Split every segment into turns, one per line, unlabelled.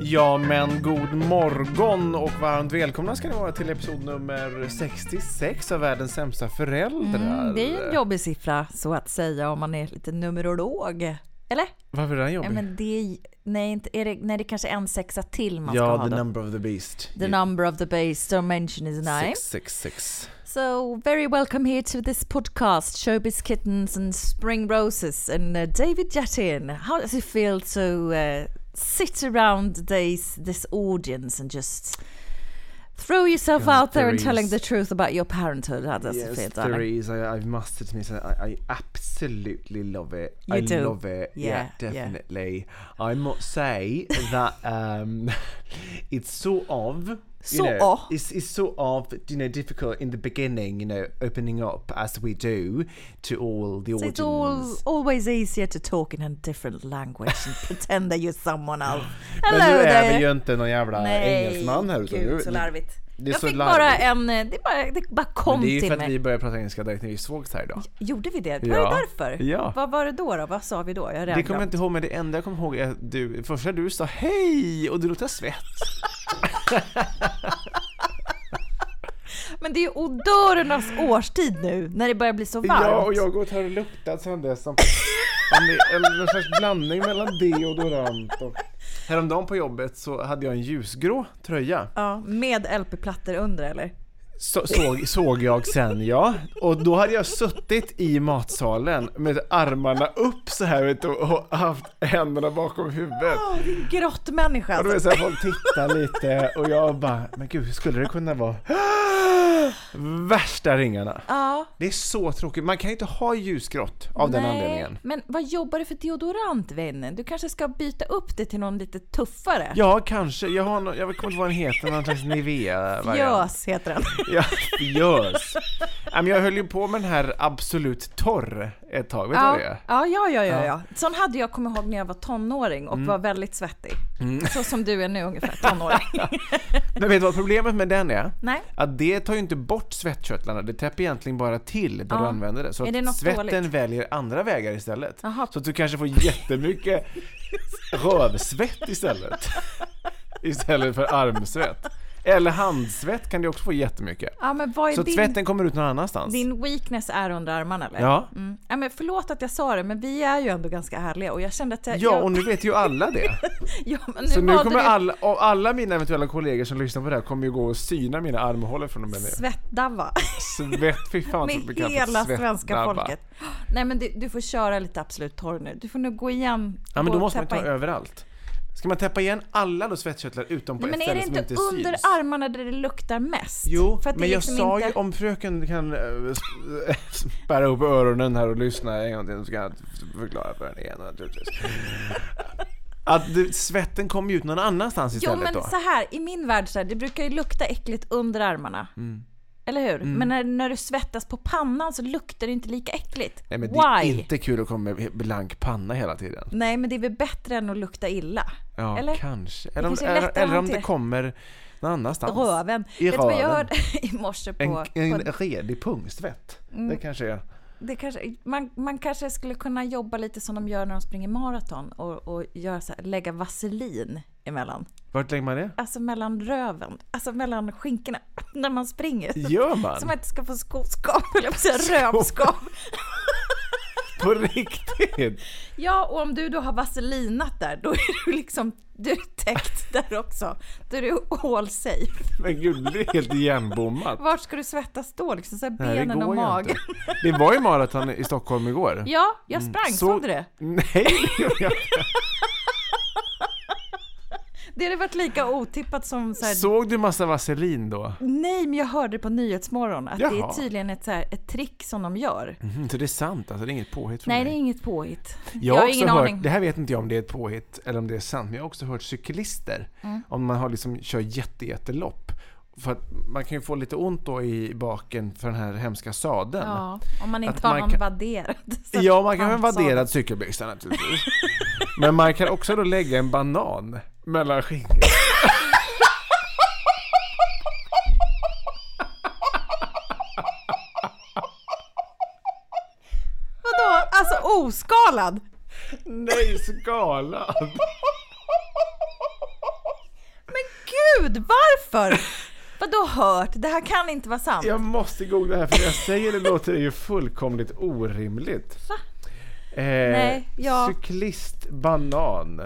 Ja men god morgon och varmt välkomna ska ni vara till episod nummer 66 av världens sämsta föräldrar.
Mm, det är ju en jobbig siffra så att säga om man är lite numerolog. Eller?
Varför är den jobbig?
Ja, men det är, nej, inte, är det, nej, det kanske är en sexa till man ska
ja,
ha
the
då.
number of the beast.
the number of the base dimension is nine.
666.
So very welcome here to this podcast, Showbiz Kittens and Spring Roses and uh, David Jatin. How does it feel to uh, sit around this, this audience and just throw yourself
Yeah,
out there and
there
telling
is-
the truth about your parenthood? How does it feel,
Yes,
darling?
there is. I, I must admit, I, I absolutely love it.
You
I
do.
love it. Yeah,
Yeah, yeah.
definitely. I must say that um, it's sort of. You
Sort
know,
of.
It's, it's sort of you know difficult in the beginning, you know, opening up as we do to all the audience.
it's all, always easier to talk in a different language and pretend that you're someone else.
Men
Hello
du är
there.
vi ju inte någon jävla engelsman här utan
gud
du-
så larvigt.
Det är
jag
så
fick bara
larvigt.
en, eh, det bara, det bara kom
Men det är ju för
till
att
mig.
vi började prata engelska direkt när vi sågs här idag.
Gjorde vi det? Var
Ja.
det därför?
Ja.
Vad var det då, då? Vad sa vi då? Jag
Det kommer jag inte ihåg, men det enda jag kommer ihåg är att du, första du sa hej och du luktar svett.
Men det är ju odörernas årstid nu när det börjar bli så varmt.
Ja, och jag har gått här och luktat sedan dess. Som, om det är en- någon slags blandning mellan deodorant och... Häromdagen på jobbet så hade jag en ljusgrå tröja.
Ja, med LP-plattor under eller?
Så, såg, såg jag sen ja. Och då hade jag suttit i matsalen med armarna upp så här vet du, och haft händerna bakom huvudet.
Åh, det är en grått människa
Och då är det
alltså.
så här, folk tittar lite och jag bara, men gud hur skulle det kunna vara? Värsta ringarna.
Ja.
Det är så tråkigt, man kan ju inte ha ljusgrått av den anledningen.
Men vad jobbar du för deodorant vännen? Du kanske ska byta upp det till någon lite tuffare?
Ja, kanske. Jag, har nå- jag kommer inte ihåg vad den heter, någon slags Nivea-variant.
Fjös heter den.
Ja, fjös. Nej, men Jag höll ju på med den här Absolut Torr ett tag, vet du vad det
Ja,
är?
ja, ja, ja, ja, ja. Sån hade jag, kommer ihåg, när jag var tonåring och
Mm.
var väldigt svettig. Så som du är nu ungefär, tonåring.
Men vet du vad problemet med den är?
Nej.
Att det tar ju inte bort svettkörtlarna, det täpper egentligen bara till när du
Ja.
använder det. Så
Är
att
det något
svetten
dåligt?
väljer andra vägar istället.
Jaha.
Så att du kanske får jättemycket rövsvett istället. Istället för armsvett. Eller handsvett kan du också få jättemycket.
Ja, men vad är
Så att
din,
svetten kommer ut någon annanstans.
din weakness är under armarna eller?
Ja.
Mm. ja men förlåt att jag sa det, men vi är ju ändå ganska ärliga och jag kände att Eh, jag...
Ja,
jag,
och nu vet ju alla det.
ja, men
Så nu
valde
kommer
du
alla, och alla mina eventuella kollegor som lyssnar på det här kommer ju gå och syna mina armhålor från och med nu.
Svettdava.
Svett, fy fan så
Med
mycket jag har fått
hela svenska
svettnabbar.
folket. Nej men du, du får köra lite Absolut Torr nu. Du får nog gå igen.
Ja men
gå
då
och
måste man ju
täppa
ta
in.
överallt. Ska man täppa igen alla då svettkörtlar utom på
Nej,
ett
men
ställe
är det
som
inte,
inte syns?
under armarna där det luktar mest?
Jo,
För att det
men jag
liksom
sa ju
inte-
om fröken kan eh, sp- spärra upp öronen här och lyssna en gång till så kan jag förklara för henne igen naturligtvis. Att du, svetten kommer ju ut någon annanstans
Jo
istället
men
då.
så här, i min värld så här, det brukar ju lukta äckligt under armarna.
Mm.
Eller hur? Men när, när du svettas på pannan så luktar det inte lika äckligt.
Nej men det är
Why?
inte kul att komma med blank panna hela tiden.
Nej men det är väl bättre än att lukta illa?
Ja,
Eller?
kanske. Eller, om,
kanske är
eller,
lättare att
eller om det
hantera.
kommer någon annanstans.
Röven.
I
Vet du vad jag
röven.
hörde i morse på...
En, en
på Mm.
redig pungsvett. Det kanske är...
det kanske, man, man kanske skulle kunna jobba lite som de gör när de springer maraton och, och göra så här, lägga vaselin emellan.
Vart lägger man det?
Alltså mellan röven, alltså mellan skinkorna när man springer.
Gör man?
Så man inte ska få skoskav, eller jag säga rövskav.
På riktigt?
Ja, och om du då har vaselinat där, då är du liksom du är täckt där också. Då är du all safe.
Men gud, det blir helt igenbommat.
Var ska du svettas då? Liksom så här
Nej, det
benen
går
och
ju
magen.
inte. Det var ju maraton i Stockholm igår.
Ja, jag sprang.
Mm. Så-
Såg du det?
Nej, det gjorde jag inte.
Det hade varit lika otippat som så här,
Såg du massa vaselin då?
Nej, men jag hörde på Nyhetsmorgon att det är
Jaha.
tydligen ett, så här, ett trick som de gör.
Mhm, så det är sant alltså, det är inget påhitt från
Nej, det
mig.
är inget påhitt.
Jag har
har
också
ingen
hört,
aning.
Det här vet inte jag om det är ett påhitt eller om det är sant, men jag har också hört cyklister,
Mm.
om man har liksom, kör jätte, jättelopp, för att man kan ju få lite ont då i baken för den här hemska sadeln.
Ja, om man
Att
inte har
man
någon
kan-
vadderad. Så
Ja, man kan ha en
pantsadel.
vadderad cykelbyxa naturligtvis. Men man kan också då lägga en banan mellan skingrena.
Vadå? Alltså oskalad?
Nej, skalad!
Men gud, varför? Vadå hört? Det här kan inte vara sant.
Jag måste googla här för när jag säger det låter det ju fullkomligt orimligt.
Va?
Eh,
Nej, ja.
Cyklistbanan.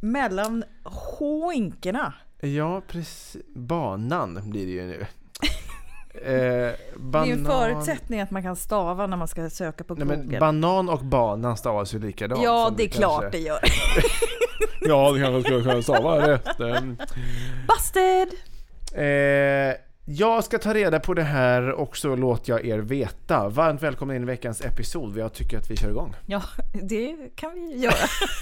Mellan håinkorna.
Ja, precis. Banan blir det ju nu. Eh,
Det är ju
banan...
en förutsättning att man kan stava när man ska söka på
Nej,
Google.
men banan och banan stavas ju likadant.
ja,
som
det är klart
kanske-
det gör.
Ja, du kanske skulle kunna stava rätt. Ehm,
Busted!
Eh, jag ska ta reda på det här och så låter jag er veta. Varmt välkomna in i veckans episod. Jag tycker att vi kör igång.
Ja, det kan vi göra.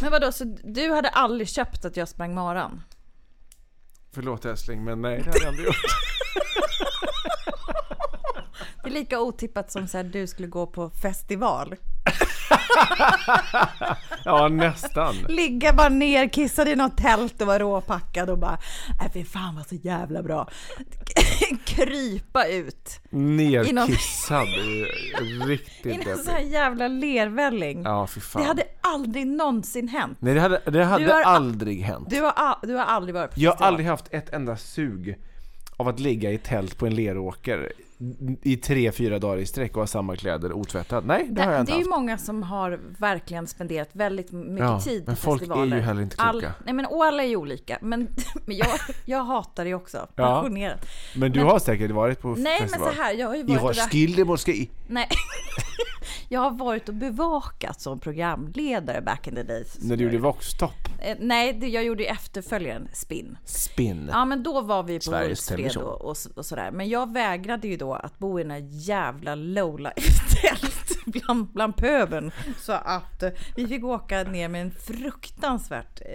Men vadå, så du hade aldrig köpt att jag sprang maran?
Förlåt älskling, men nej det hade jag aldrig gjort.
Det är lika otippat som så här, du skulle gå på festival.
Ja, nästan.
Ligga bara ner, kissa i något tält och vara råpackad och bara Nej fy fan vad så jävla bra. Krypa ut
Nerkissad. Riktigt
i någon
deppigt.
sån här jävla lervälling.
Ja, fy
det
fan.
hade aldrig någonsin hänt.
Nej, det hade, det hade
Du har-
aldrig hänt.
Du har, a- du har aldrig varit på
Jag har
festival.
aldrig haft ett enda sug av att ligga i tält på en leråker i tre, fyra dagar i sträck och ha samma kläder otvättad. Nej, det har jag inte
det är ju
haft.
många som har verkligen spenderat väldigt mycket
Ja,
tid
men
på
folk är ju
festivaler.
heller inte kloka.
nej men och alla är ju olika. Men, men jag, jag hatar det också.
Ja.
Passionerat.
Men du har säkert varit på
Nej
festival.
men så här, jag har ju
Jag
varit
har
och ra-
skilde måske.
Nej. Jag har varit och bevakat som programledare back in the days.
När du gjorde Voxtop.
Eh, Nej, det, jag gjorde ju efterföljaren Spin.
Spinn.
Ja, men då var vi på
Sveriges
Hultsfred
Television.
och, och, så- och sådär. Men jag vägrade ju då att bo i den här jävla lowlife-tält bland, bland pöben. Så att eh, vi fick åka ner med en fruktansvärt eh,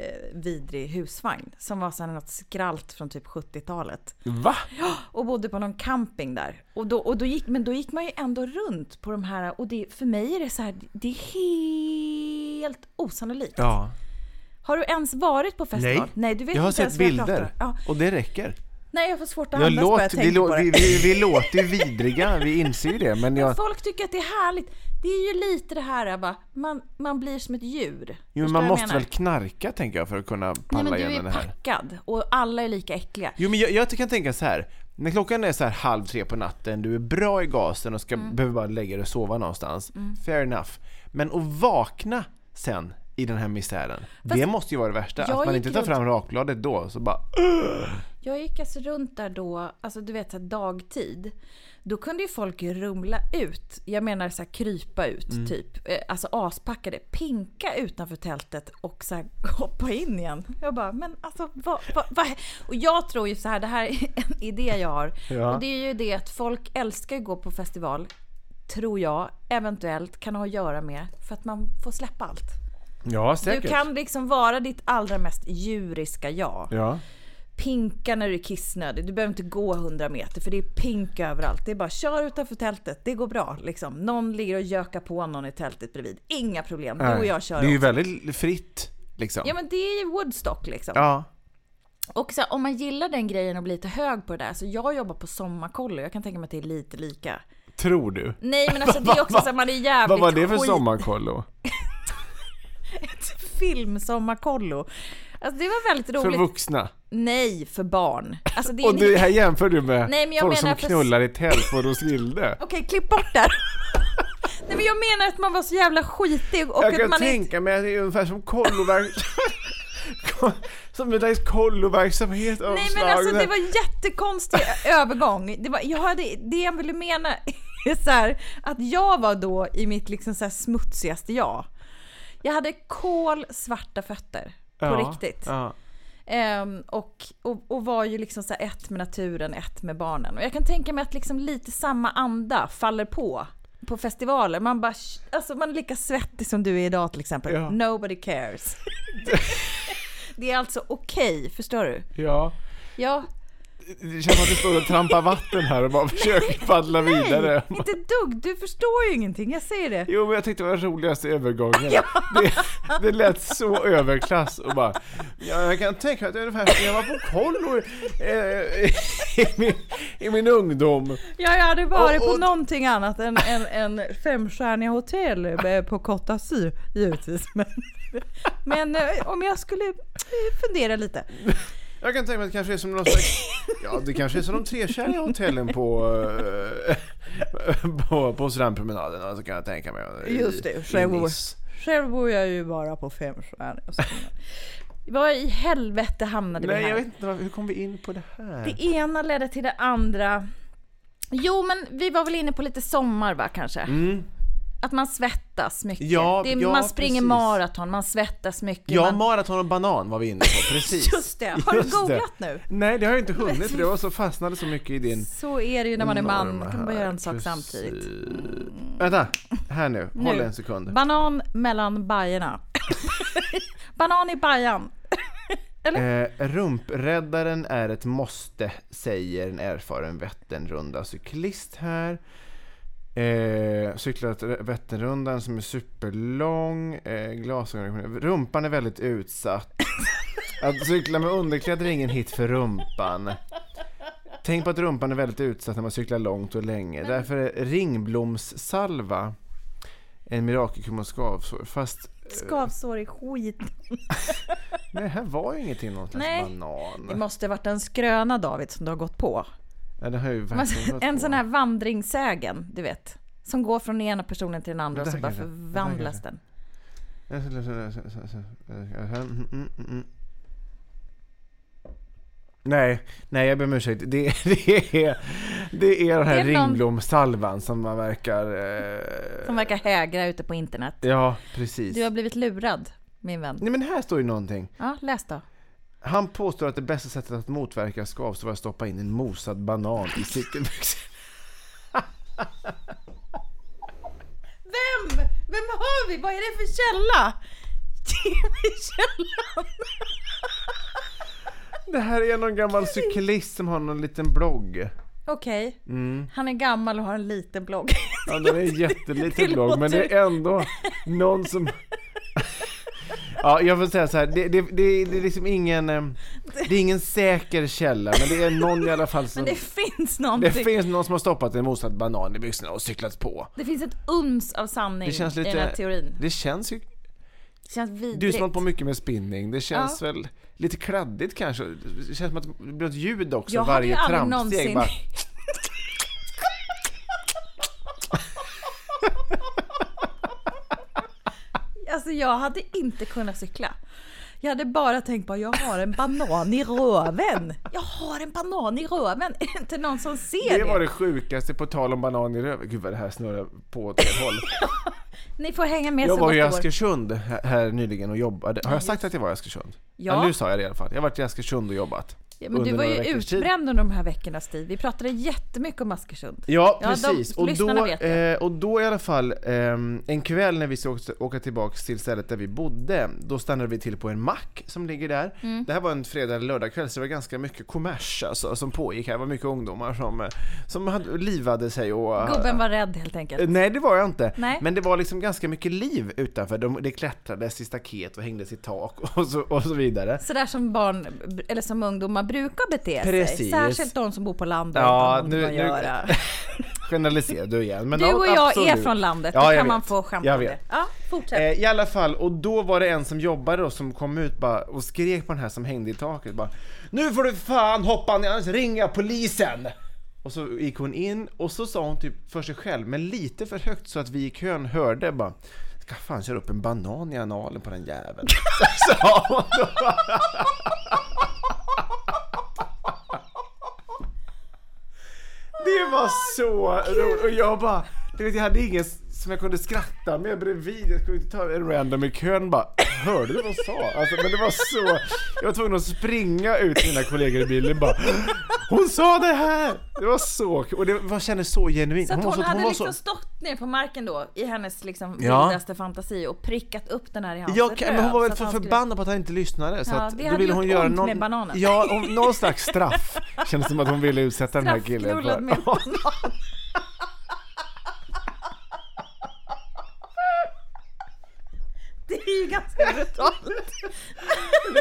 vidrig husvagn som var sån här något skralt från typ 70-talet.
Va?
Och bodde på någon camping där. Och då, och då gick, men då gick man ju ändå runt på de här och det, för mig är det så här, det är helt osannolikt.
Ja.
Har du ens varit på festival? Nej du vet
jag har
inte ens
sett
vad jag pratar
bilder.
om. Ja.
Och det räcker.
Nej, jag får svårt att
Jag
andas bara jag
låt, vi,
tänker
lå-
på det.
vi, vi, vi låter ju vidriga, vi inser ju det. Men jag,
Folk tycker att det är härligt. Det är ju lite det här, va? Man, man blir som ett djur.
jo, men
Förstår vad
man
jag
måste
menar?
väl knarka tänker jag för att kunna
Nej,
palla
men
igen
du
den
är
här.
packad och alla är lika äckliga.
Jo men jag, jag kan tänka så här. När klockan är så här halv tre på natten, du är bra i gasen och ska,
Mm.
behöver bara lägga dig och sova någonstans. Fair enough. Men att vakna sen i den här misären, det måste ju vara det värsta.
jag
Att man
gick
inte tar
runt-
fram rakbladet då, så bara...
Jag gick alltså runt där då, alltså du vet så här, dagtid. Då kunde ju folk ju rumla ut. Jag menar så här, krypa ut
Mm.
typ. Eh, Alltså aspackade. Pinka utanför tältet och så här, hoppa in igen. Jag bara, men alltså vad, vad, vad? Och jag tror ju så här, det här är en idé jag har.
Ja.
Och det är ju det att folk älskar att gå på festival. Tror jag eventuellt kan ha att göra med för att man får släppa allt.
Ja, säkert.
Du kan liksom vara ditt allra mest djuriska jag
Ja.
pinka när du är kissnödig. Du behöver inte gå 100 meter för det är pink överallt. Det är bara kör utanför tältet, det går bra. Liksom. Någon ligger och gökar på någon i tältet bredvid. Inga problem, du och jag kör.
det är ju
också.
väldigt fritt, liksom.
Ja men det är ju Woodstock liksom.
Ja.
Och så här, om man gillar den grejen och blir lite hög på det där. Så jag jobbar på sommarkollo, jag kan tänka mig att det är lite lika.
Tror du?
Nej men alltså det är också så här, man är jävligt
Vad var det för
skit-
sommarkollo?
Filmsommarkollo. Alltså det var väldigt
För
roligt.
vuxna.
Nej, för barn. Alltså det är
Och
en-
det här jämför du med
Nej, men jag
folk
menar
som
för-
knullar i tält på Roskilde.
Okej, klipp bort där. Nej men jag menar att man var så jävla skitig och
Jag
att
kan
man inte...
tänka mig att det är ungefär som kolloverksamhet. som en slags kolloverksamhet av
Nej men
slag.
alltså det var jättekonstig övergång. Det, var, jag hade, det jag ville mena är så här, att jag var då i mitt liksom så här smutsigaste jag. Jag hade kolsvarta fötter. På
Ja,
riktigt.
Ja.
Ehm, och, och, och var ju liksom så här ett med naturen, ett med barnen. Och jag kan tänka mig att liksom lite samma anda faller på på festivaler. Man bara, sh- alltså man är lika svettig som du är idag till exempel.
Ja.
Nobody cares. det är alltså okej, förstår du?
ja.
Ja,
Det känns som att du står och trampar vatten här och bara försöker paddla vidare.
inte ett dugg. Du förstår ju ingenting, jag säger det.
Jo, men jag tyckte det var den roligaste övergången. Det, det lät så överklass och bara... Ja, jag kan tänka mig att det är ungefär som jag var på kollo eh, i, min, i min ungdom.
Ja, jag hade varit
Och-
på
och-
någonting annat än, än, än femstjärniga hotell eh, på Côte d'Azur givetvis. Men, men eh, om jag skulle eh, fundera lite.
Jag kan tänka mig att det kanske är som någon slags... Ja, det kanske är som de trekärriga hotellen på, eh, på, på strandpromenaden. Alltså kan jag tänka mig. I-
Just det,
i
Sherwood.
Nice.
Själv bor jag ju bara på femstjärniga. Vad i helvete hamnade vi
Nej,
här?
jag vet inte. vad- Hur kom vi in på det här?
Det ena ledde till det andra. Jo, men vi var väl inne på lite sommar va kanske? Att man svettas mycket.
Mm. Ja,
det är,
ja,
man springer
precis.
maraton, man svettas mycket.
Ja,
man...
maraton och banan var vi inne på. Precis.
Just det. Har du
Just det.
googlat nu?
Nej, det har jag inte hunnit. för Det var så fastnade så mycket i din...
Så är det ju när man är man.
norm
Man kan bara
här.
göra en sak
Precis.
samtidigt.
Vänta, här nu. Håll
Nu.
en sekund.
Banan mellan bajerna. Banan i bajan.
Eh, rumpräddaren är ett måste, säger en erfaren Vätternrunda cyklist här. Eh, cyklat R- Vätternrundan som är superlång. Eh, glasögon. Rumpan är väldigt utsatt. Att cykla med underkläder är ingen hit för rumpan. Tänk på att rumpan är väldigt utsatt när man cyklar långt och länge. Därför är ringblomssalva en mirakelkur mot skavsår. Fast
Skavsår är skit.
men det här var ju ingenting någon slags
Nej.
banan.
Det måste ha varit en skröna David som du har gått på.
Ja, det har jag ju
Man-
verkligen gått
En
på.
sån här vandringssägen, du vet. Som går från den ena personen till den andra och
Det
så
där
bara
kanske. Det där
förvandlas
kanske.
den.
Nej, nej jag ber om ursäkt. Det, det, är, det är den här
Det är någon-
ringblomssalvan som man verkar... Eh...
Som verkar hägra ute på internet.
Ja, precis.
Du har blivit lurad, min vän.
Nej men här står ju någonting.
Ja, läs då.
Han påstår att det bästa sättet att motverka skavsår var att stoppa in en mosad banan i cykelbyxan.
Vem? Vem har vi? Vad är det för källa? Ge mig källan!
Det här är någon gammal cyklist som har någon liten blogg.
Okej, han är gammal och har en liten blogg.
Mm. Ja, den är en jätteliten
det
blogg, men det är ändå någon som... Ja, jag får säga så här. Det, det, det, det är liksom ingen... eh, Det är ingen säker källa, men det är någon i alla fall som...
Men det finns
Det
någonting. Det,
finns någon som har stoppat en mosad banan i byxorna och cyklat på.
finns ett uns av sanning
Det känns
i den här
lite...
teorin.
Det känns ju...
Det känns vidrigt.
Du som har hållit på mycket med spinning, det känns
Ja.
väl lite kladdigt kanske? Det känns som att det blir ett ljud också
Jag har ju
varje
aldrig
trampsteg.
någonsin-
Bara...
Alltså jag hade inte kunnat cykla. Jag hade bara tänkt på jag har en banan i röven. Jag har en banan i röven. Är det inte någon som ser
Det
det?
var det sjukaste, på tal om banan i röven. Gud vad det här snurrar på åt ett håll.
Ni får hänga med
Jag
så
var
gott
i
det går.
Askersund här här nyligen och jobbade. Har jag sagt att jag var i Askersund?
Ja.
nu sa jag det i alla fall. Jag har varit i Askersund och jobbat.
Ja, men du
under
var ju
några veckors tid.
utbränd under de här veckornas tid. Vi pratade jättemycket om Askersund.
Ja,
Ja, de-
precis. och,
lyssnarna
då,
vet det.
eh, och då i alla fall, ehm, en kväll när vi ska åka- åka tillbaka till stället där vi bodde, då stannade vi till på en mack som ligger där.
Mm.
Det här var en fredag eller lördagkväll, så det var ganska mycket kommers alltså, som pågick här. Det var mycket ungdomar som, eh, som hade, livade sig och... eh,
Gubben var rädd helt enkelt.
Nej, det var jag inte.
Nej.
Men det var liksom ganska mycket liv utanför. De, det klättrades i staket och hängdes i tak och så, och så vidare.
Sådär som barn, eller som ungdomar brukar bete sig.
Precis.
Särskilt de som bor på landet.
Ja,
Ja, nu,
nu-
nu.
nu-
Göra.
generaliserar du igen. Men
Du
ja,
och jag är
absolut.
från landet,
Ja,
då
jag
kan man
vet.
få
Jag
skämta
vet.
det. Ja, fortsätt.
Eh, I alla fall, och då var det en som jobbade då som kom ut bara, och skrek på den här som hängde i taket bara Nu får du fan hoppa ner annars ringer jag polisen! Och så gick hon in och så sa hon typ för sig själv, men lite för högt så att vi i kön hörde bara Ska fan köra upp en banan i analen på den jäveln. Så sa hon då. Det var så roligt och jag bara, du vet jag hade ingen som jag kunde skratta med bredvid. Jag skulle inte ta en random i kön bara, hörde du vad jag sa? Alltså, men det var så, jag var tvungen att springa ut till mina kollegor i bilen bara, hon sa det här! Det var så kul och det var, jag kände så genuint.
Så att hon,
var så-
hade
var
liksom
så-
stått ner på marken då i hennes liksom
Ja.
vildaste fantasi och prickat upp den här i hans
Jag, men hon var
röv,
väl
så
för
att han skulle-
förbannad på att han inte lyssnade så
Ja,
att
det
då
hade
ville
gjort
hon göra
ont
någon,
med bananen.
ja, om, någon slags straff. Kändes som att hon ville utsätta den här killen
Straffknullad med
Ja.
Det är ju ganska brutalt.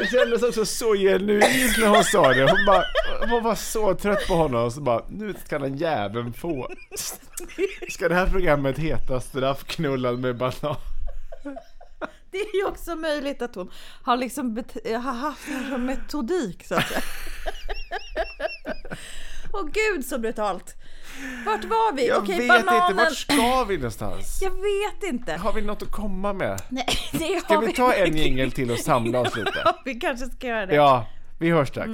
Det kändes också så genuint när hon sa det. Hon, bara, hon var så trött på honom och så bara, nu ska den jäveln få. Ska det här programmet heta Straffknullad med banan?
Det är ju också möjligt att hon har liksom bet- har haft en sån metodik så att säga. Åh gud så brutalt. Vart var vi?
Jag
Okej,
vet
bananen.
inte, vart ska vi någonstans?
Jag vet inte.
Har vi något att komma med?
Nej, det
Ska
har
vi ta en jingel till och samla oss lite?
Ja, Mm. vi kanske ska göra det.
Ja, vi hörs strax.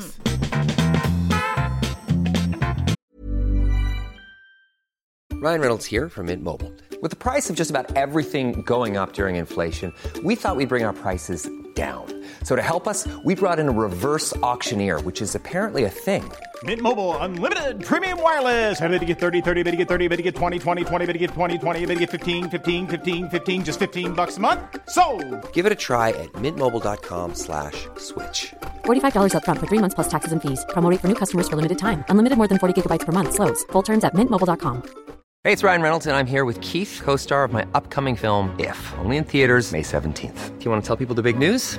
Ryan Reynolds here from Mint Mobile. With the price of just about everything going up during inflation, we thought we'd bring our prices down. So to help us, we brought in a reverse auctioneer, which is apparently a thing.
Mint Mobile unlimited premium wireless. Ready to get 30, 30, bit to get 30, bit to get 20, 20, 20, bit to get 20, 20, bit to get 15, 15, 15, 15 just 15 bucks a month. Sold.
Give it a try at mintmobile.com slash switch.
$45 upfront for three months plus taxes and fees. Promo rate for new customers for limited time. Unlimited more than 40 gigabytes per month. Slows. Full terms at mintmobile.com.
Hey, it's Ryan Reynolds and I'm here with Keith, co-star of my upcoming film, If only in theaters, May 17th. Do you want to tell people the big news?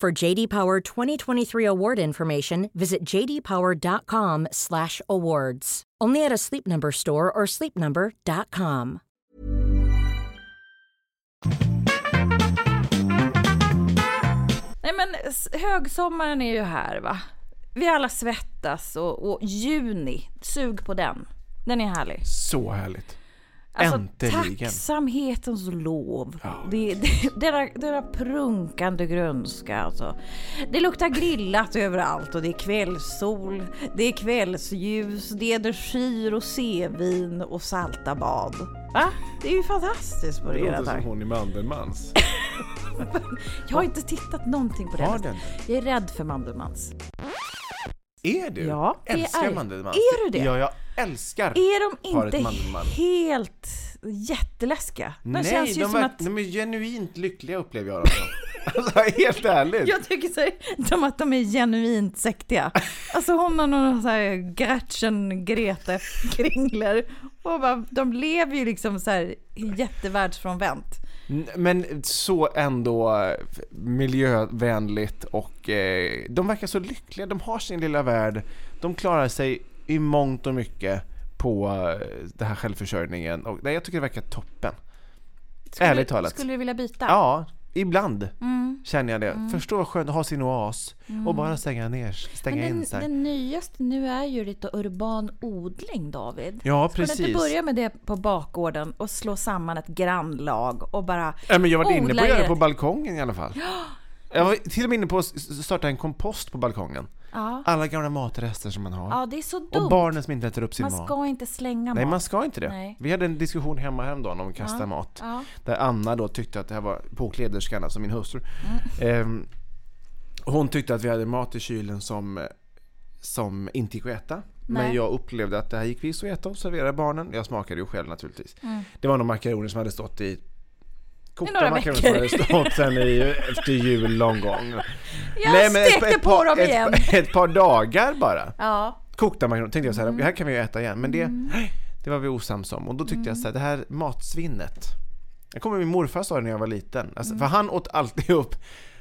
For JD Power 2023 award information, visit jdpower.com/awards. Only at a Sleep Number store or sleepnumber.com.
Nej men s- högsommaren är ju här va. Vi alla svettas och, och juni, sug på den. Den är härlig. Alltså,
Så härligt. Äntligen.
tacksamhetens lov. Det, det, det, där, det där prunkande grönska alltså. Det luktar grillat överallt och det är kvällssol, det är kvällsljus, det är energir och sevin och salta bad. Va? Det är ju fantastiskt på det,
Det
hela
låter som
taget.
hon i Mandelmans.
Jag har inte tittat någonting på det.
Har
nästan.
den?
Jag är rädd för Mandelmans.
Är du?
Ja, det
älskar
är-
Mandelmann?
är du det?
Ja, jag älskar
Är de
paret
inte
Mandelmann.
helt jätteläskiga? De
Nej,
känns ju
de,
som
var,
att...
de är genuint lyckliga upplever jag dem som. alltså, helt ärligt.
Jag tycker så, som att de är genuint sektiga. Alltså hon har någon så här Gretchen Grete Kringler. Och bara, de lever ju liksom så här jättevärldsfrånvänt.
N- Men så ändå eh, miljövänligt och eh, de verkar så lyckliga. De har sin lilla värld. De klarar sig i mångt och mycket på eh, den här självförsörjningen. Och, nej, jag tycker det verkar toppen. ärligt talat.
Skulle Mm. du vilja byta?
Ja, ibland känner jag det. Förstå vad skönt att ha sin oas och bara stänga ner, stänga
Mm. Men
in
den,
sig.
den nyaste nu är ju lite urban odling, David.
Ja,
Ska du
precis.
inte börja med det på bakgården och slå samman ett grannlag och bara
Ja, men jag var inne på
odla
att göra det
ert-
på balkongen i alla fall. Jag var till och med inne på att s- starta en kompost på balkongen.
Ja.
Alla gamla matrester som man har.
ja, det är så dumt.
och barnen som inte äter upp sin
man
mat.
ska inte slänga
Nej,
mat.
man ska inte det.
Nej.
Vi hade en diskussion hemma häromdagen om att kasta mat.
Ja.
Där Anna då tyckte att det här var påkläderskan, alltså min hustru.
Mm.
Ehm, hon tyckte att vi hade mat i kylen som, som inte gick att äta. Men
Nej.
jag upplevde att det här gick visst att äta och servera barnen. Jag smakade ju själv naturligtvis. Det var några makaroner som hade stått i Kokta
Mm. några
makaroner som hade
veckor.
stått sen i, efter jul någon gång.
Jag stekte på
par,
dem
ett,
igen.
ett par dagar bara
Ja. Mm.
kokta makaroner. tänkte jag så här, det här kan vi ju äta igen. Men det, det var vi osams om. Och då tyckte jag så här,
Mm.
det här matsvinnet. Jag kommer ihåg min morfar sa det när jag var liten. Alltså,
Mm.
För han åt alltid upp,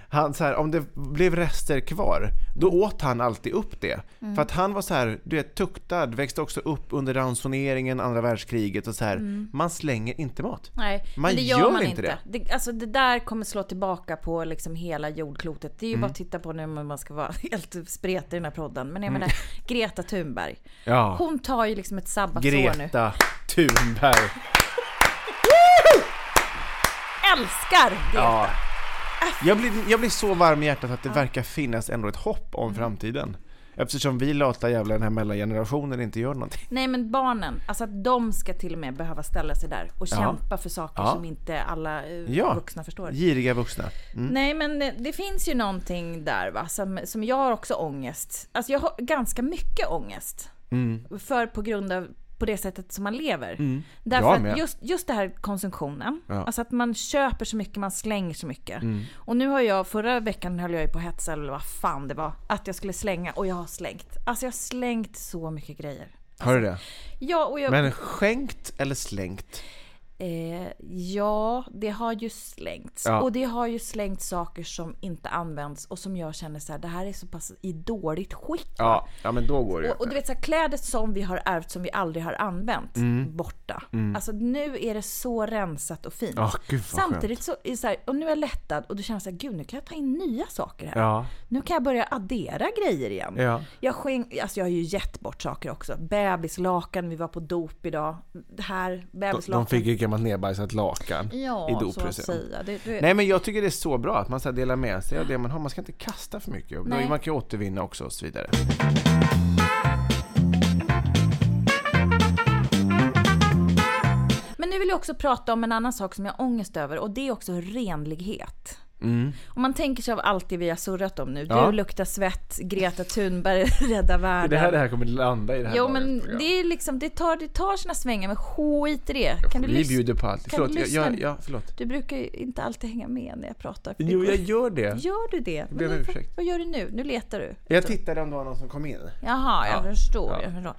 han, så här, om det blev rester kvar, då
Mm.
åt han alltid upp det. För att han var så här, du vet, tuktad, växte också upp under ransoneringen, andra världskriget och så här. Man slänger inte mat.
Mm. Nej,
Man
men det gör,
gör
man
inte
inte. Det. alltså det där kommer slå tillbaka på liksom hela jordklotet. Det är ju
Mm.
bara att titta på nu om man ska vara helt spretig i den här podden. Men jag menar, Greta Thunberg.
Mm. Ja.
Hon tar ju liksom ett sabbatsår nu.
Greta Thunberg.
Älskar Greta!
Ja. Jag blir, jag blir så varm i hjärtat att det verkar finnas ändå ett hopp
Mm.
om framtiden. Eftersom vi lata jävlar den här mellangenerationen inte gör någonting.
Nej men barnen, alltså att de ska till och med behöva ställa sig där och kämpa för saker
Ja.
som inte alla eh,
Ja.
vuxna förstår.
Giriga vuxna.
Nej men eh, det finns ju någonting där va, som, som jag har också ångest. Alltså jag har ganska mycket ångest.
Mm.
För på grund av på det sättet som man lever. Därför
Jag
att
med.
just, just det här konsumtionen, alltså att man köper så mycket, man slänger så mycket.
Mm.
Och nu har jag, förra veckan höll jag ju på att hetsa eller vad fan det var, att jag skulle slänga och jag har slängt. Alltså jag har slängt så mycket grejer.
Hör du det?
Ja, och jag,
Men skänkt eller slängt?
Eh, ja, det har ju slängts.
Ja.
Och det har ju slängts saker som inte används och som jag känner så här, det här är så pass i dåligt skick. va?
Ja, ja men då går det ju
Och, och du
inte.
vet så här, kläder som vi har ärvt som vi aldrig har använt,
Mm.
borta. Alltså nu är det så rensat och fint.
Ja, gud, vad skönt.
Samtidigt så är det så här, och nu är jag lättad och du känner jag så här, gud nu kan jag ta in nya saker här.
Ja.
Nu kan jag börja addera grejer igen.
Ja.
Jag, skäng, alltså jag har ju gett bort saker också. Bebislakan, vi var på dop idag. Det här,
De,
bebislakan.
de fick ju ett gammalt nedbajsat lakan i
Ja, så att
dopresent.
säga. Det, det,
Nej men jag tycker det är så bra att man ska dela med sig av det man har. Man ska inte kasta för mycket. Och då-
Nej.
Man kan ju återvinna också och så vidare.
Men nu vill jag också prata om en annan sak som jag har ångest över och det är också renlighet. Om man tänker sig av allt det vi har surrat om nu.
Mm. Ja.
Du luktar svett, Greta Thunberg rädda världen.
Det här, det här kommer landa i det här
Jo
dagens
men
program.
det är liksom, det tar, det tar sina svängar men skit i det. Kan du
Vi
lys-
bjuder på allt.
Kan du
Förlåt, jag,
lyssna?
jag, ja, förlåt.
Du brukar ju inte alltid hänga med när jag pratar. för det
Jo,
går-
jag gör det.
Gör du det?
ber om
Men vad-
ursäkt.
Vad gör du nu? Nu letar du.
Jag tittade om det var någon som kom in.
Jaha, jag
Ja.
förstår.
Ja.
Jag förstår.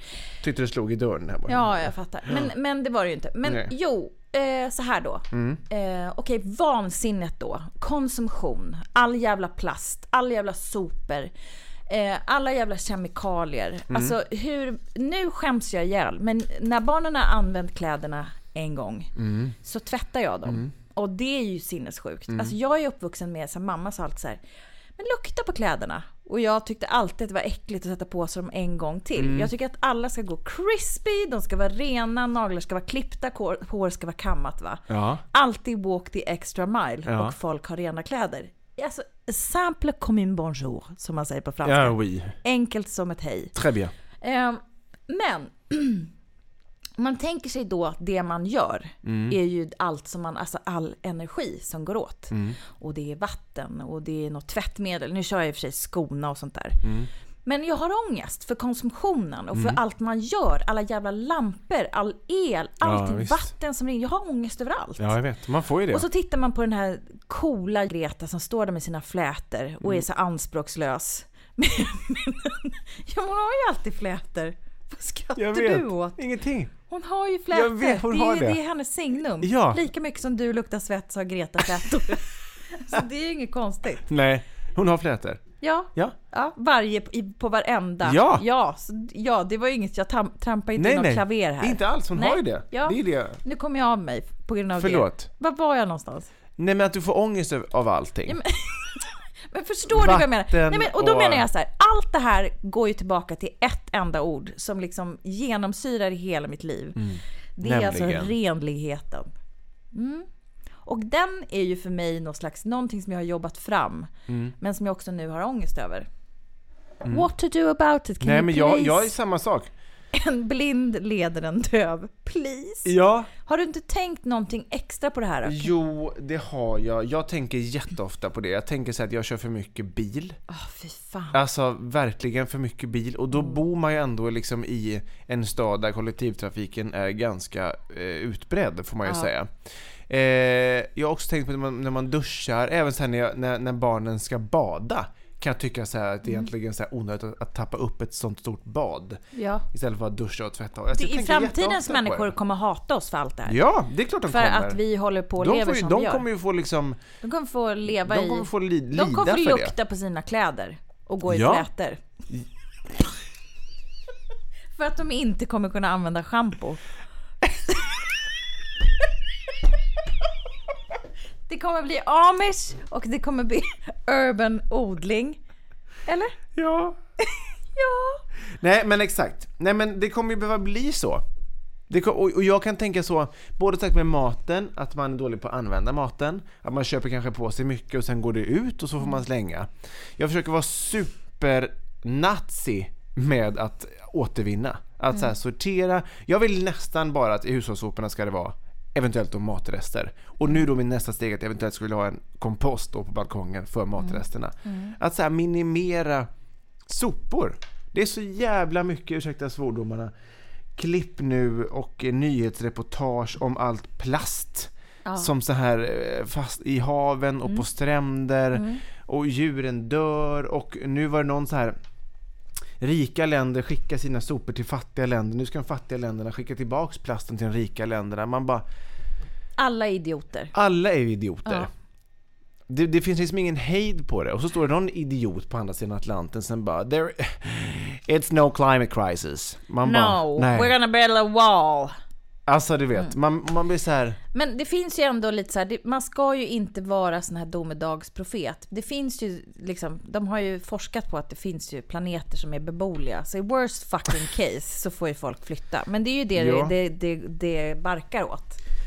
Tyckte det slog i dörren här borta.
Ja, jag fattar. Men, men det var det ju inte. Men
Nej.
jo, eh, så här då. Eh, Okej, vansinnet då. Konsumtion, all jävla plast, all jävla sopor. eh, Alla jävla kemikalier. Alltså hur, nu skäms jag ihjäl, men när barnen har använt kläderna en gång så tvättar jag dem. Och det är ju sinnessjukt. Alltså jag är uppvuxen med, så här, mamma sa alltid så här, men lukta på kläderna. Och jag tyckte alltid att det var äckligt att sätta på sig dem en gång till.
Mm.
Jag tycker att alla ska gå crispy, de ska vara rena, naglar ska vara klippta, kår- hår ska vara kammat va.
Ja.
Alltid walk the extra mile
Ja.
och folk har rena kläder. Alltså, simple comme une bonjour som man säger på franska.
Ja, oui.
Enkelt som ett hej.
Très bien.
Ehm, men om man tänker sig då att det man gör
Mm.
är ju allt som man, alltså all energi som går åt.
Mm.
Och det är vatten och det är något tvättmedel. Nu kör jag i och för sig skona och sånt där.
Mm.
Men jag har ångest för konsumtionen och för allt man gör. Alla jävla lampor, all el, allt
visst.
vatten som ringer. Jag har ångest överallt.
Ja, jag vet. Man får ju det.
Och så tittar man på den här coola Greta som står där med sina flätor och
Mm.
är så anspråkslös. Men, men, ja, hon har ju alltid flätor. Vad skrattar
jag vet.
du åt?
Ingenting.
Hon har ju flätor.
Jag vet, hon
det, är,
har
ju-
det.
det är hennes signum.
Ja.
Lika mycket som du luktar svett så har Greta flätor. så det är ju inget konstigt.
Nej, hon har flätor.
Ja.
Ja.
Ja, varje, i- på varenda.
Ja.
Ja, så, ja det var ju inget, jag tam- trampar inte i
Nej,
någon
nej.
klaver här.
Inte alls, hon har ju det.
Ja.
Det är det.
Nu kom jag av mig på grund av
Förlåt.
det. Var var jag någonstans?
Nej, men att du får ångest av- av allting.
Men förstår du vad jag menar?
Vatten
Nej, men, och då
och-
menar jag så här, allt det här går ju tillbaka till ett enda ord som liksom
Mm.
genomsyrar hela mitt liv. Det är alltså
Nämligen?
renligheten. Mm. Och den är ju för mig något slags, någonting som jag har jobbat fram.
Mm.
Men som jag också nu har ångest över. What to do about it? Can
Nej
you
men jag,
please?
jag är samma sak.
En blind leder en döv. Please.
Ja.
Har du inte tänkt någonting extra på det här? Åke?
Jo, det har jag. Jag tänker jätteofta på det. Jag tänker så här att jag kör för mycket bil.
Ah, fy fan. Mm.
Alltså verkligen för mycket bil. Och då bor man ju ändå liksom i en stad där kollektivtrafiken är ganska eh, utbredd, får man ju säga. Eh, jag har också tänkt på när man, när man duschar, även sen när, jag, när, när barnen ska bada. Kan jag tycka så här att det är
Mm.
egentligen så här onödigt att, att tappa upp ett sånt stort bad.
Ja.
Istället för att duscha och tvätta. Alltså, Jag
Det, I
tänker
framtidens
jätteofta på
människor
det.
kommer hata oss för allt det här.
Ja, det är klart de
för
kommer.
att vi håller på och
de
lever
får ju,
som
de
vi gör.
kommer ju få liksom...
De kommer få leva
De kommer
i...
få li- lida
de kommer få
för det.
lukta på sina kläder och gå i
Ja.
flätor. för att de inte kommer kunna använda shampoo. det kommer bli amish och det kommer bli urban odling. Eller?
Ja.
Ja.
Nej men exakt. Nej men det kommer ju behöva bli så. Det, kom- och och jag kan tänka så, både sagt med maten, att man är dålig på att använda maten, att man köper kanske på sig mycket och sen går det ut och så får man slänga. Jag försöker vara supernazi med att återvinna. Att så här, sortera. Jag vill nästan bara att i hushållssoporna ska det vara eventuellt då matrester. Och nu då min nästa steg att jag eventuellt skulle ha en kompost då på balkongen för matresterna. Att så här minimera sopor. Det är så jävla mycket, ursäkta svordomarna, klipp nu och eh, nyhetsreportage om allt plast. Som så här eh, fast i haven och på stränder och djuren dör och nu var det någon så här Rika länder skickar sina sopor till fattiga länder. Nu ska de fattiga länderna skicka tillbaks plasten till de rika länderna. Man bara,
Alla är idioter.
alla är ju idioter.
Ja.
Det, det finns liksom ingen hejd på det. Och så står det någon idiot på andra sidan Atlanten som bara There, It's no climate crisis. Man
no,
bara,
we're gonna Mm. build a wall.
Alltså du vet, man, man blir så här.
Men det finns ju ändå lite så här, det, man ska ju inte vara sån här domedagsprofet. Det finns ju liksom, de har ju forskat på att det finns ju planeter som är beboeliga. Så i worst fucking case så får ju folk flytta. Men det är ju det
Ja.
det, det, det barkar åt.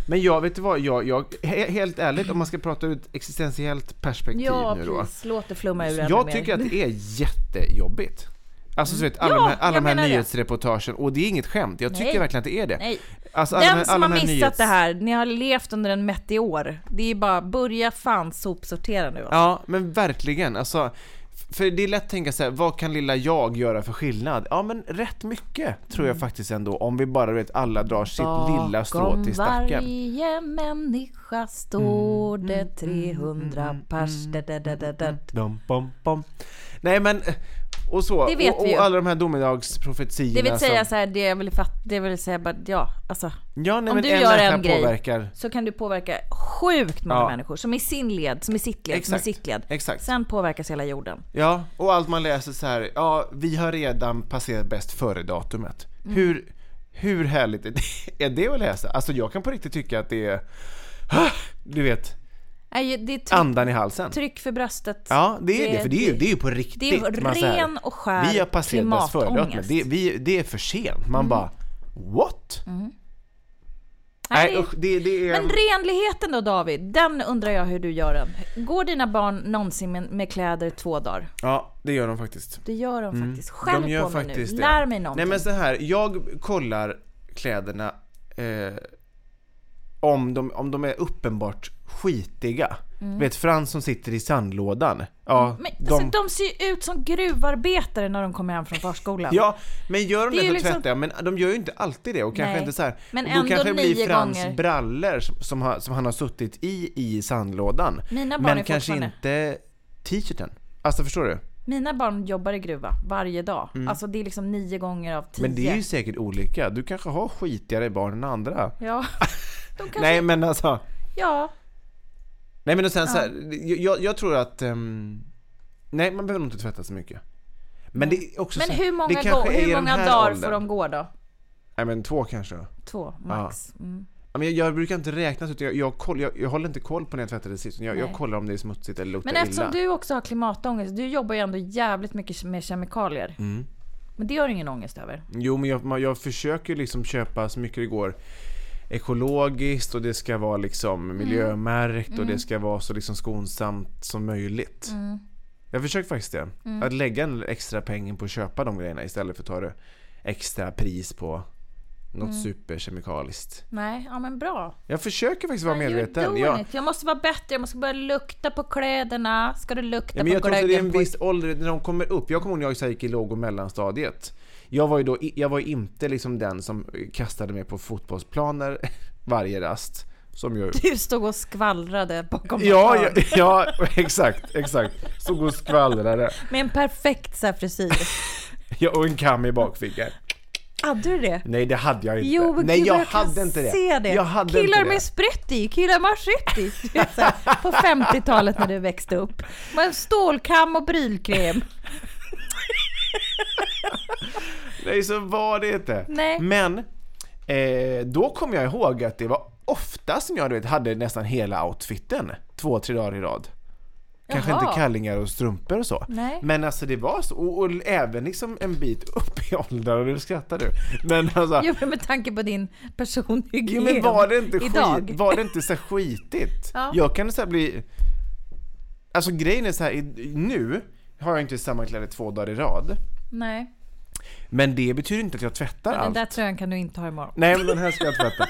Men jag, vet du vad? Jag, jag, he- helt ärligt, om man ska prata ur ett existentiellt perspektiv
Ja,
nu då.
precis. Låt det flumma ur ännu
Jag
mer.
tycker att det är jättejobbigt. Alltså så vet, alla
Ja,
de här, alla
jag
de här
menar det.
nyhetsreportagen, och det är inget skämt, jag tycker
Nej.
verkligen att det är det.
Nej.
Alltså, alla de
Den
här-
som
alla
har
de här
missat
nyhets-
det här, ni har levt under en meteor. Det är ju bara, börja fan sopsortera nu. alltså.
Ja, men verkligen. Alltså, f- för det är lätt att tänka så här, vad kan lilla jag göra för skillnad? Ja, men rätt mycket tror
Mm.
jag faktiskt ändå, om vi bara vet alla drar sitt lilla strå till stacken. Mm,
varje människa står det 300 pers. Da, da, da, da, da.
Dum, bum, bum. Nej men, och så.
Det vet
och,
vi ju.
och alla de här domedagsprofetiorna
Det vill säga
som,
så här, det jag vill, fatta, det vill säga bara, ja, alltså.
Alltså- ja, nej,
om
men
du
en
gör
människa
en grej
påverkar.
så kan du påverka sjukt många
Ja.
människor som i sin led, som i sitt led, som i
Exakt,
sitt led.
exakt.
Sen påverkas hela jorden.
Ja, och allt man läser så här, ja, vi har redan passerat bäst före-datumet.
Mm.
Hur, hur härligt är det, är det att läsa? Alltså jag kan på riktigt tycka att det är, du vet,
Nej, det är tryck,
andan i halsen.
tryck för bröstet.
Ja, det är det, för det är ju, det är ju på riktigt.
det är ju
Man så här,
ren och skär
Vi har passerat bäst före-datumet.
klimatångest. Mm.
Det, vi- det är för sent. Man bara, what? Nej,
det är-
usch, det, det är...
Men renligheten då David, den undrar jag hur du gör den. Går dina barn någonsin med, med kläder två dagar?
Ja, det gör de faktiskt.
Det gör de faktiskt. Skäll
Mm. de gör
på mig
faktiskt
nu.
det.
Lär mig någonting.
Nej men så här, jag kollar kläderna eh, om, de, om de är uppenbart skitiga. Du vet Frans som sitter i sandlådan. Ja,
Mm. Men,
de,
alltså, de ser ju ut som gruvarbetare när de kommer hem från förskolan.
ja, men gör de
Det är
det,
ju
så
liksom-
tvättar jag. Men de gör ju inte alltid det och kanske
Nej.
inte så här.
Men
och
ändå
då kanske det
nio
blir Frans
gånger.
brallor som, som, har, som han har suttit i, i sandlådan.
Mina barn är
men kanske
fortfarande-
inte t-shirten. Alltså förstår du?
Mina barn jobbar i gruva varje dag. Alltså det är liksom nio gånger av tio.
Mm. Men det är ju säkert olika. Du kanske har skitigare barn än andra.
Ja. De kanske...
Nej men alltså.
Ja.
Nej men och sen så här, jag, jag tror att... ehm, nej, man behöver nog inte tvätta så mycket. Men det är också
Men
så här,
hur
det
många,
kanske är
gå-
i
hur
den
många
här
dagar
åldern.
får de gå då?
Nej men två kanske. Ja,
Två, max. Mm.
men jag, jag brukar inte räkna så, utan jag, jag, koll, jag, jag håller inte koll på när jag tvättade sist. utan Jag, jag
Nej.
kollar om det är smutsigt eller luktar
Men eftersom
illa.
du också har klimatångest, du jobbar ju ändå jävligt mycket med kemikalier.
Mm.
Men det har du ingen ångest över?
Jo men jag, man- jag försöker liksom köpa så mycket det går ekologiskt och det ska vara
Mm.
liksom miljömärkt och det ska vara så liksom skonsamt som möjligt.
Mm.
Jag försöker faktiskt det. Att lägga en extra pengen på att köpa de grejerna istället för att ta det extra pris på något
Mm.
superkemikaliskt.
Nej, ja men bra.
Jag försöker faktiskt vara
Ja, you're
medveten.
doing
Jag,
it. jag måste vara bättre, jag måste börja lukta på kläderna. Ska du lukta
Ja, men jag
på
tror att det är en
glöggen? på-
viss ålder när de kommer upp. Jag kommer ihåg när jag så här gick i låg och mellanstadiet. Jag var ju då, jag var ju inte liksom den som kastade mig på fotbollsplaner varje rast. Som jag
Du stod och skvallrade bakom
Ja,
ett
ja,
hörn
ja, exakt, exakt. Stod och skvallrade.
med en perfekt så här, frisyr.
Ja, och en kam i bakfickan.
Hade du det?
Nej, det hade jag inte.
Jo, men
Nej,
gud,
jag,
vad
hade
kan
inte det.
Se det.
Jag hade
killar
inte det.
med sprätti, killar med arsetti. Du vet, så här, På 50-talet när du växte upp. Med stålkam och brylkräm.
Nej, så var det inte.
Nej.
Men eh, då kom jag ihåg att det var ofta som jag du vet, hade nästan hela outfiten två, tre dagar i rad. Kanske
Jaha.
inte kallingar och strumpor och så.
Nej.
Men alltså det var så, och, och även liksom en bit upp i åldern, och nu skrattar du. Men alltså,
Jo, men med tanke på din personhygien
jo, men var det inte,
idag.
skit, var det inte så här skitigt?
Ja.
Jag kan så här bli... Alltså grejen är så här, i- nu har jag inte samma kläder två dagar i rad.
Nej,
Men det betyder inte att jag tvättar
den
allt.
där tröjan kan du inte ha imorgon.
Nej men den här ska jag tvätta.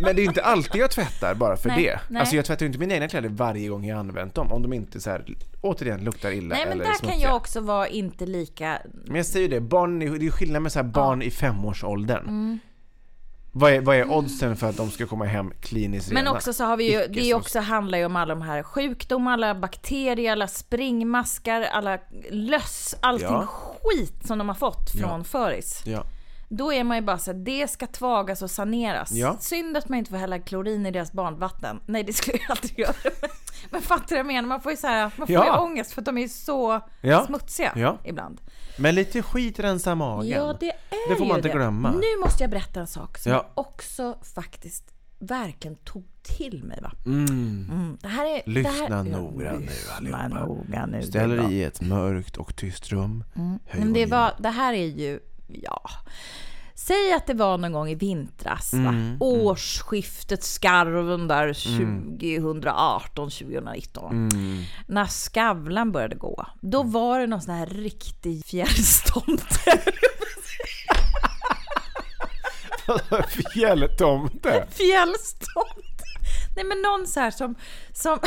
Men det är ju inte alltid jag tvättar bara för
Nej,
det.
nej.
Alltså jag tvättar ju inte mina egna kläder varje gång jag använt dem. Om de inte så här, återigen luktar illa
Nej, men
eller liksom
där kan
smutsiga.
jag också vara inte lika...
Men jag säger det, barn, i- det är ju skillnad med så här barn i femårsåldern.
Mm.
Vad, är, vad är oddsen för att de ska komma hem kliniskt
Men
rena?
också så har vi ju,
Icke
det är ju
som-
också handlar ju om alla de här sjukdomar, alla bakterier, alla springmaskar, alla löss, allting
Ja.
skit som de har fått från föris.
Ja.
Då är man ju bara så här, det ska tvagas och saneras.
Ja.
Synd att man inte får hälla klorin i deras barnvatten. Nej, det skulle jag aldrig göra. Men fattar du vad jag menar? Man får ju, så här, man får
Ja.
ju ångest för att de är ju så
Ja.
smutsiga
Ja.
ibland.
Men lite skit rensar magen.
Ja, det är
Det får man
ju
inte glömma.
Nu måste jag berätta en sak som
Ja.
jag också faktiskt verkligen tog till mig. Va? Mm, Det här är, det
Lyssna
här,
noga nu
Lyssna noga nu. det är bra.
Ställer i ett mörkt och tyst rum. Höj
Mm. Men det,
volymen.
var, det här är ju, ja. Säg att det var någon gång i vintras,
Mm,
va? årsskiftet skarven där 2018, 2019.
Mm.
När Skavlan började gå, då var det någon sån här riktig fjärrstomte.
Fjälltomte!
Fjällstomt. Nej men någon så här som... som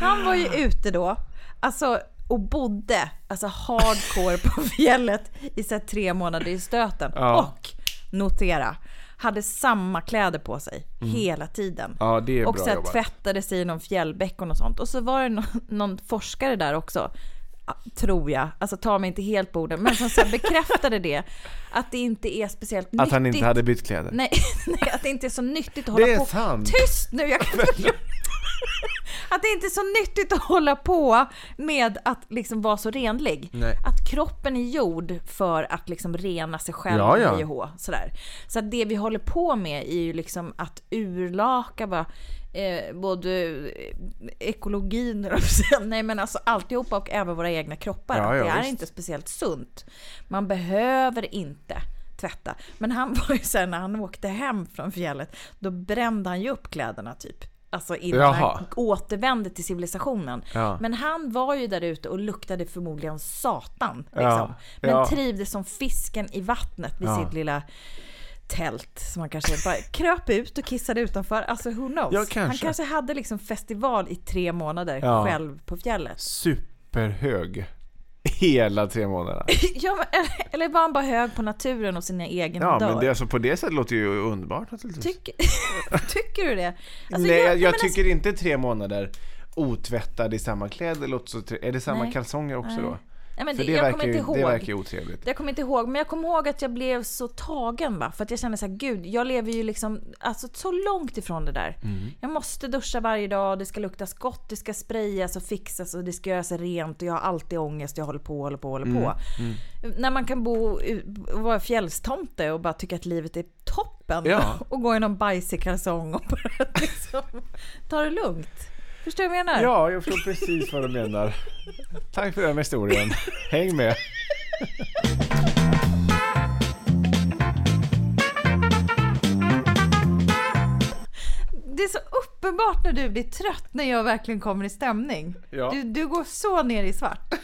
han var ju ute då, alltså och bodde alltså hardcore på fjället i så här tre månader i stöten. Och notera, hade samma kläder på sig hela tiden.
Mm. Ja, det är
och
bra
så här,
jobbat.
tvättade sig i någon fjällbäck och något sånt. Och så var det någon, någon forskare där också, ah, tror jag, alltså ta mig inte helt på orden, men som så här bekräftade det. Att det inte är speciellt
Att han inte
nyttigt.
hade bytt kläder.
Nej, nej, att det inte är så nyttigt att
Det
hålla
är
på...
sant.
Tyst nu! Jag kan inte... Att det inte är så nyttigt att hålla på med att liksom vara så renlig.
Nej.
Att kroppen är gjord för att liksom rena sig själv
Ja, ja.
och hej och hå, sådär. Så att det vi håller på med är ju liksom att urlaka va, eh, både eh, ekologin, och nej men alltså alltihopa och även våra egna kroppar.
Ja,
att
ja,
det är
visst.
inte speciellt sunt. Man behöver inte tvätta. Men han var ju sen när han åkte hem från fjället, då brände han ju upp kläderna typ. Alltså innan
Jaha.
han återvände till civilisationen.
Ja.
Men han var ju där ute och luktade förmodligen satan. Liksom.
Ja,
Men
ja.
trivdes som fisken i vattnet vid
Ja.
sitt lilla tält som han kanske bara kröp ut och kissade utanför. Alltså who knows?
Ja, kanske.
Han kanske hade liksom festival i tre månader
Ja.
själv på fjället.
Superhög. Hela tre månaderna.
Ja, men, eller- eller var han bara hög på naturen och sina egna
Ja,
dagar?
men det, alltså, på det sättet låter det ju underbart naturligtvis.
Tyck- tycker du det? Alltså,
Nej,
jag-
jag,
men
jag
alltså-
tycker inte tre månader otvättad i samma kläder låter så tre- Är det samma
Nej.
kalsonger också då?
alltså, Nej, men
För
det,
det,
jag
verkar
kommer
ju,
inte ihåg.
det verkar ju otrevligt.
Jag kommer inte ihåg, men jag kommer ihåg att jag blev så tagen va. För att jag kände så här, gud, jag lever ju liksom alltså, så långt ifrån det där.
Mm.
Jag måste duscha varje dag, det ska luktas gott, det ska sprayas och fixas och det ska göras rent och jag har alltid ångest, jag håller på, håller på, håller på.
Mm,
När man kan bo u- och vara fjällstomte och bara tycka att livet är toppen
Ja.
och gå i någon bajsig kalsong och bara liksom, ta det lugnt. Förstår du vad jag menar?
Ja, jag förstår precis vad du menar. Tack för den historien. Häng med.
uppenbart när du blir trött när jag verkligen kommer i stämning.
Ja.
Du, du går så ner i svart.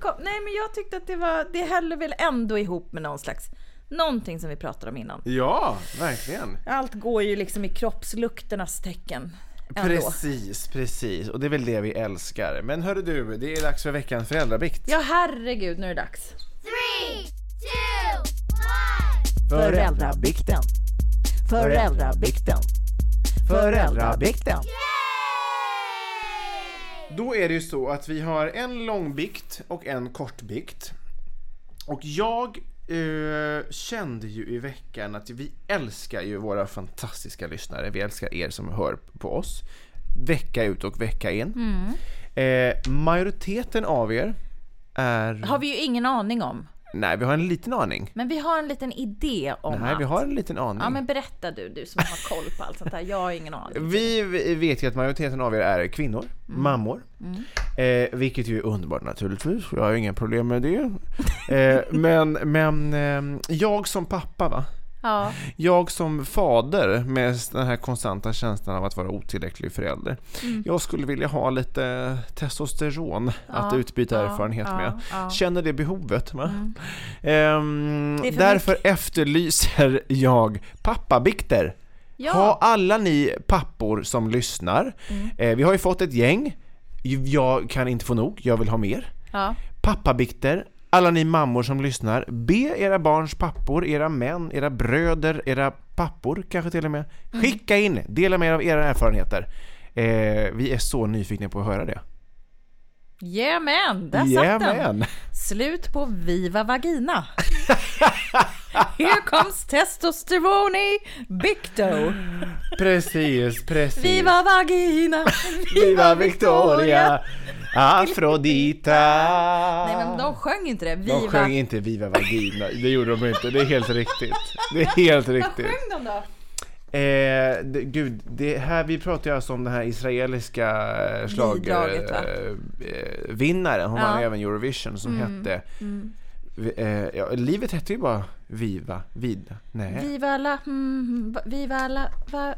Kom, nej men jag tyckte att det var, det häller väl ändå ihop med någon slags, någonting som vi pratade om innan.
Ja, verkligen.
Allt går ju liksom i kroppslukternas tecken. Ändå.
Precis, precis. Och det är väl det vi älskar. Men hörru du, det är dags för veckans föräldrabikt.
Ja herregud, nu är det dags.
Three, two, one.
Föräldrabikten. Föräldrabikten. Föräldrabikten.
Då är det ju så att vi har en långbikt och en kortbikt. Och jag eh, kände ju i veckan att vi älskar ju våra fantastiska lyssnare. Vi älskar er som hör på oss. Vecka ut och vecka in.
Mm.
Eh, majoriteten av er är...
Har vi ju ingen aning om.
Nej, vi har en liten aning.
Men vi har en liten idé om
Nej,
att...
vi har en liten aning.
Ja men berätta du, du som har koll på allt sånt här. Jag har ingen aning.
Vi vet ju att Mm. majoriteten av er är kvinnor, mammor. Eh, vilket ju är underbart naturligtvis, jag har ju inga problem med det. Eh, men men eh, jag som pappa va?
Ja.
Jag som fader med den här konstanta känslan av att vara otillräcklig förälder.
Mm.
Jag skulle vilja ha lite testosteron att utbyta erfarenhet med. Känner det behovet. Va? Ehm,
Mm. Det är för
därför efterlyser jag pappabikter.
Ja. Mm.
Ha alla ni pappor som lyssnar. Eh, vi har ju fått ett gäng. Jag kan inte få nog, jag vill ha mer.
ja.
Pappabikter, alla ni mammor som lyssnar, be era barns pappor, era män, era bröder, era pappor kanske till och med.
Mm.
Skicka in, dela med er av era erfarenheter. Eh, vi är så nyfikna på att höra det.
Jajamän, där satt den!
Jajamän.
Slut på Viva Vagina! Here comes testosterone Bicto!
Precis, precis.
Viva Vagina!
Viva Victoria! Afrodita!
Nej men de sjöng inte det. Viva...
Ah. De sjöng inte Viva Vagina, det gjorde de inte. Det är helt riktigt. Det är helt
Vad
riktigt.
sjöng de då?
Eh, det, gud, det här, vi pratar ju alltså om den här israeliska eh,
Bidraget, va?
slagvinnaren. eh, Hon vann ju även Eurovision som
Mm,
hette... vi- Eh, ja, livet hette ju bara Viva, Vida. Nej,
Viva la... Mm, va- viva la... Va...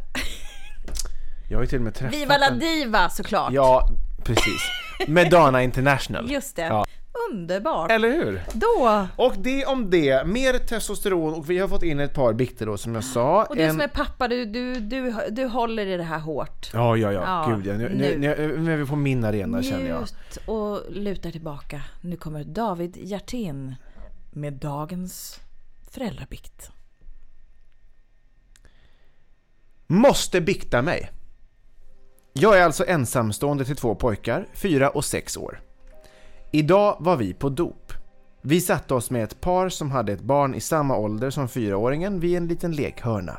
jag har ju till och med träffat
Viva la
den.
diva såklart!
Ja, precis. Madonna International.
Just det.
Ja.
Underbart!
Eller hur?
Då!
Och det om det. Mer testosteron och vi har fått in ett par bikter då som jag sa.
Och du
En-
som är pappa, du, du, du, du håller i det här hårt.
Ja, ja, ja.
Ja,
Gud, ja. Nu,
nu.
nu. Nu, nu är vi på min arena känner jag.
Njut och luta tillbaka. Nu kommer David Hjertén med dagens föräldrabikt.
Måste bikta mig. Jag är alltså ensamstående till två pojkar, fyra och sex år. Idag var vi på dop. Vi satte oss med ett par som hade ett barn i samma ålder som fyraåringen vid en liten lekhörna.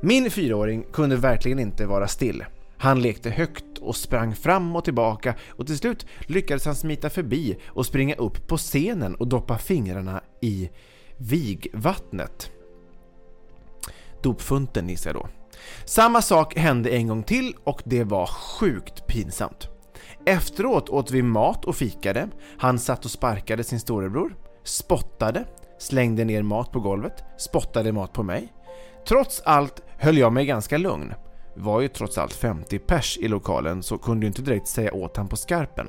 Min fyraåring kunde verkligen inte vara still. Han lekte högt och sprang fram och tillbaka och till slut lyckades han smita förbi och springa upp på scenen och doppa fingrarna i vigvattnet. Dopfunten gissar jag då. Samma sak hände en gång till och det var sjukt pinsamt. Efteråt åt vi mat och fikade. Han satt och sparkade sin storebror, spottade, slängde ner mat på golvet, spottade mat på mig. Trots allt höll jag mig ganska lugn. Var ju trots allt 50 pers i lokalen så kunde ju inte direkt säga åt han på skarpen.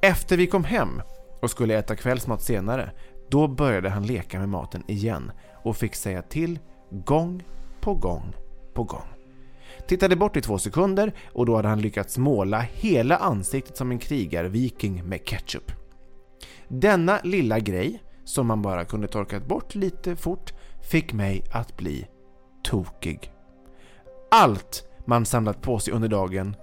Efter vi kom hem och skulle äta kvällsmat senare, då började han leka med maten igen och fick säga till gång på gång på gång. Tittade bort i två sekunder och då hade han lyckats måla hela ansiktet som en krigarviking med ketchup. Denna lilla grej, som man bara kunde torkat bort lite fort, fick mig att bli tokig. Allt man samlat på sig under dagen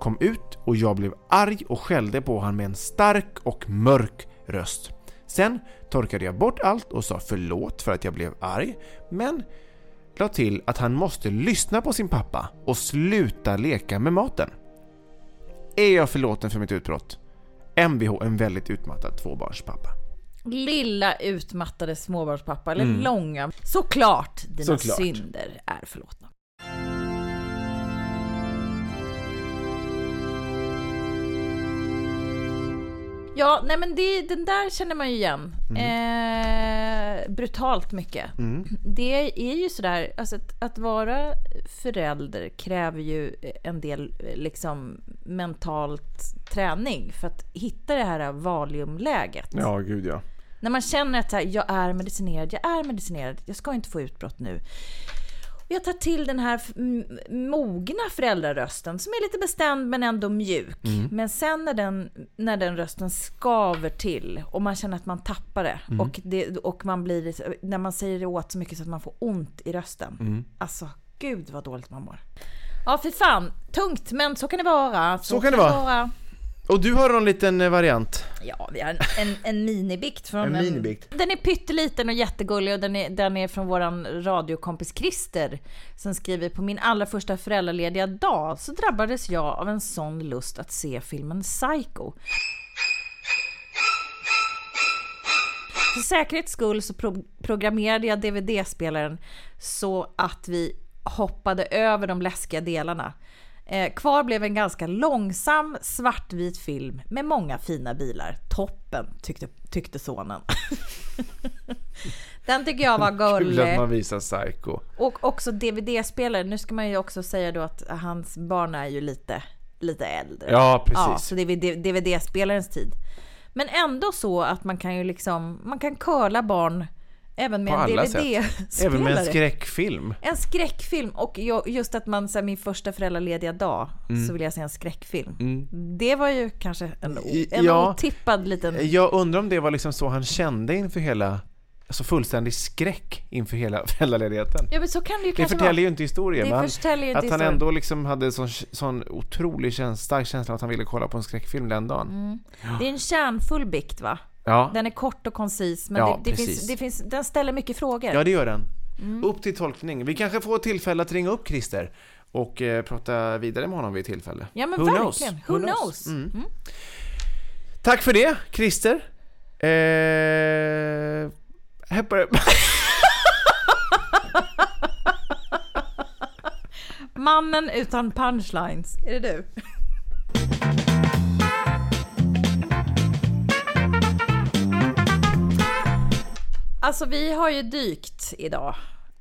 kom ut och jag blev arg och skällde på honom med en stark och mörk röst. Sen torkade jag bort allt och sa förlåt för att jag blev arg, men la till att han måste lyssna på sin pappa och sluta leka med maten. Är jag förlåten för mitt utbrott? Mvh, en väldigt utmattad tvåbarnspappa.
Lilla utmattade småbarnspappa, eller långa. Såklart dina
Såklart.
synder är förlåtna. Ja, nej men det, den där känner man ju igen. Eh, brutalt mycket. Det är ju sådär, alltså att, att vara förälder kräver ju en del eh, liksom mentalt träning för att hitta det här eh, valiumläget.
Ja, gud ja.
När man känner att så här, jag är medicinerad, jag är medicinerad, jag ska inte få utbrott nu. Och jag tar till den här f- m- mogna föräldrarösten som är lite bestämd men ändå mjuk.
Mm.
Men sen när den, när den rösten skaver till och man känner att man tappar det,
Mm.
och, det och man blir, när man säger det åt så mycket så att man får ont i rösten.
Mm.
Alltså, gud vad dåligt man mår. Ja, fy fan. Tungt, men så kan det vara. Så,
kan det vara. Och du har någon liten eh, variant?
Ja, vi har en, en, en minibikt från
En minibikt.
Den är pytteliten och jättegullig och den är, den är från våran radiokompis Christer som skriver på min allra första föräldralediga dag så drabbades jag av en sån lust att se filmen Psycho. För säkerhets skull så pro- programmerade jag DVD-spelaren så att vi hoppade över de läskiga delarna. Eh, kvar blev en ganska långsam svartvit film med många fina bilar. Toppen, tyckte, tyckte sonen. Den tycker jag var
Kul att
gullig.
man visar psycho.
Och också DVD-spelare. Nu ska man ju också säga då att hans barn är ju lite, lite äldre.
Ja, precis.
Ja, så det är vid DVD-spelarens tid. Men ändå så att man kan ju liksom, man kan curla barn även med
På
en
alla Även med en
DVD-spelare.
skräckfilm.
En skräckfilm och jag- just att man säger min första föräldralediga dag
Mm.
så vill jag se en skräckfilm. Det var ju kanske en, o-
I-
en
Mm. ja.
otippad liten...
Jag undrar om det var liksom så han kände inför hela, alltså fullständig skräck inför hela föräldraledigheten.
Ja men så kan det ju
Det
kanske
förtäljer ju
vara.
inte historien.
Det
men
förtäljer ju
att
inte
han
historien.
ändå liksom hade sån, sån otrolig käns, stark känsla att han ville kolla på en skräckfilm den dagen.
Det är en kärnfull bikt va?
Ja.
Mm. Den är kort och koncis men
Ja,
det, det finns,
precis.
det finns, den ställer mycket frågor.
ja, det gör den.
Mm.
Upp till tolkning. Vi kanske får tillfälle att ringa upp Christer och eh, prata vidare med honom vid tillfälle.
Ja men
Who
verkligen.
knows?
Who knows?
Tack för det, Christer. Eh... Här börjar-
Mannen utan punchlines. Är det du? Alltså vi har ju dykt idag.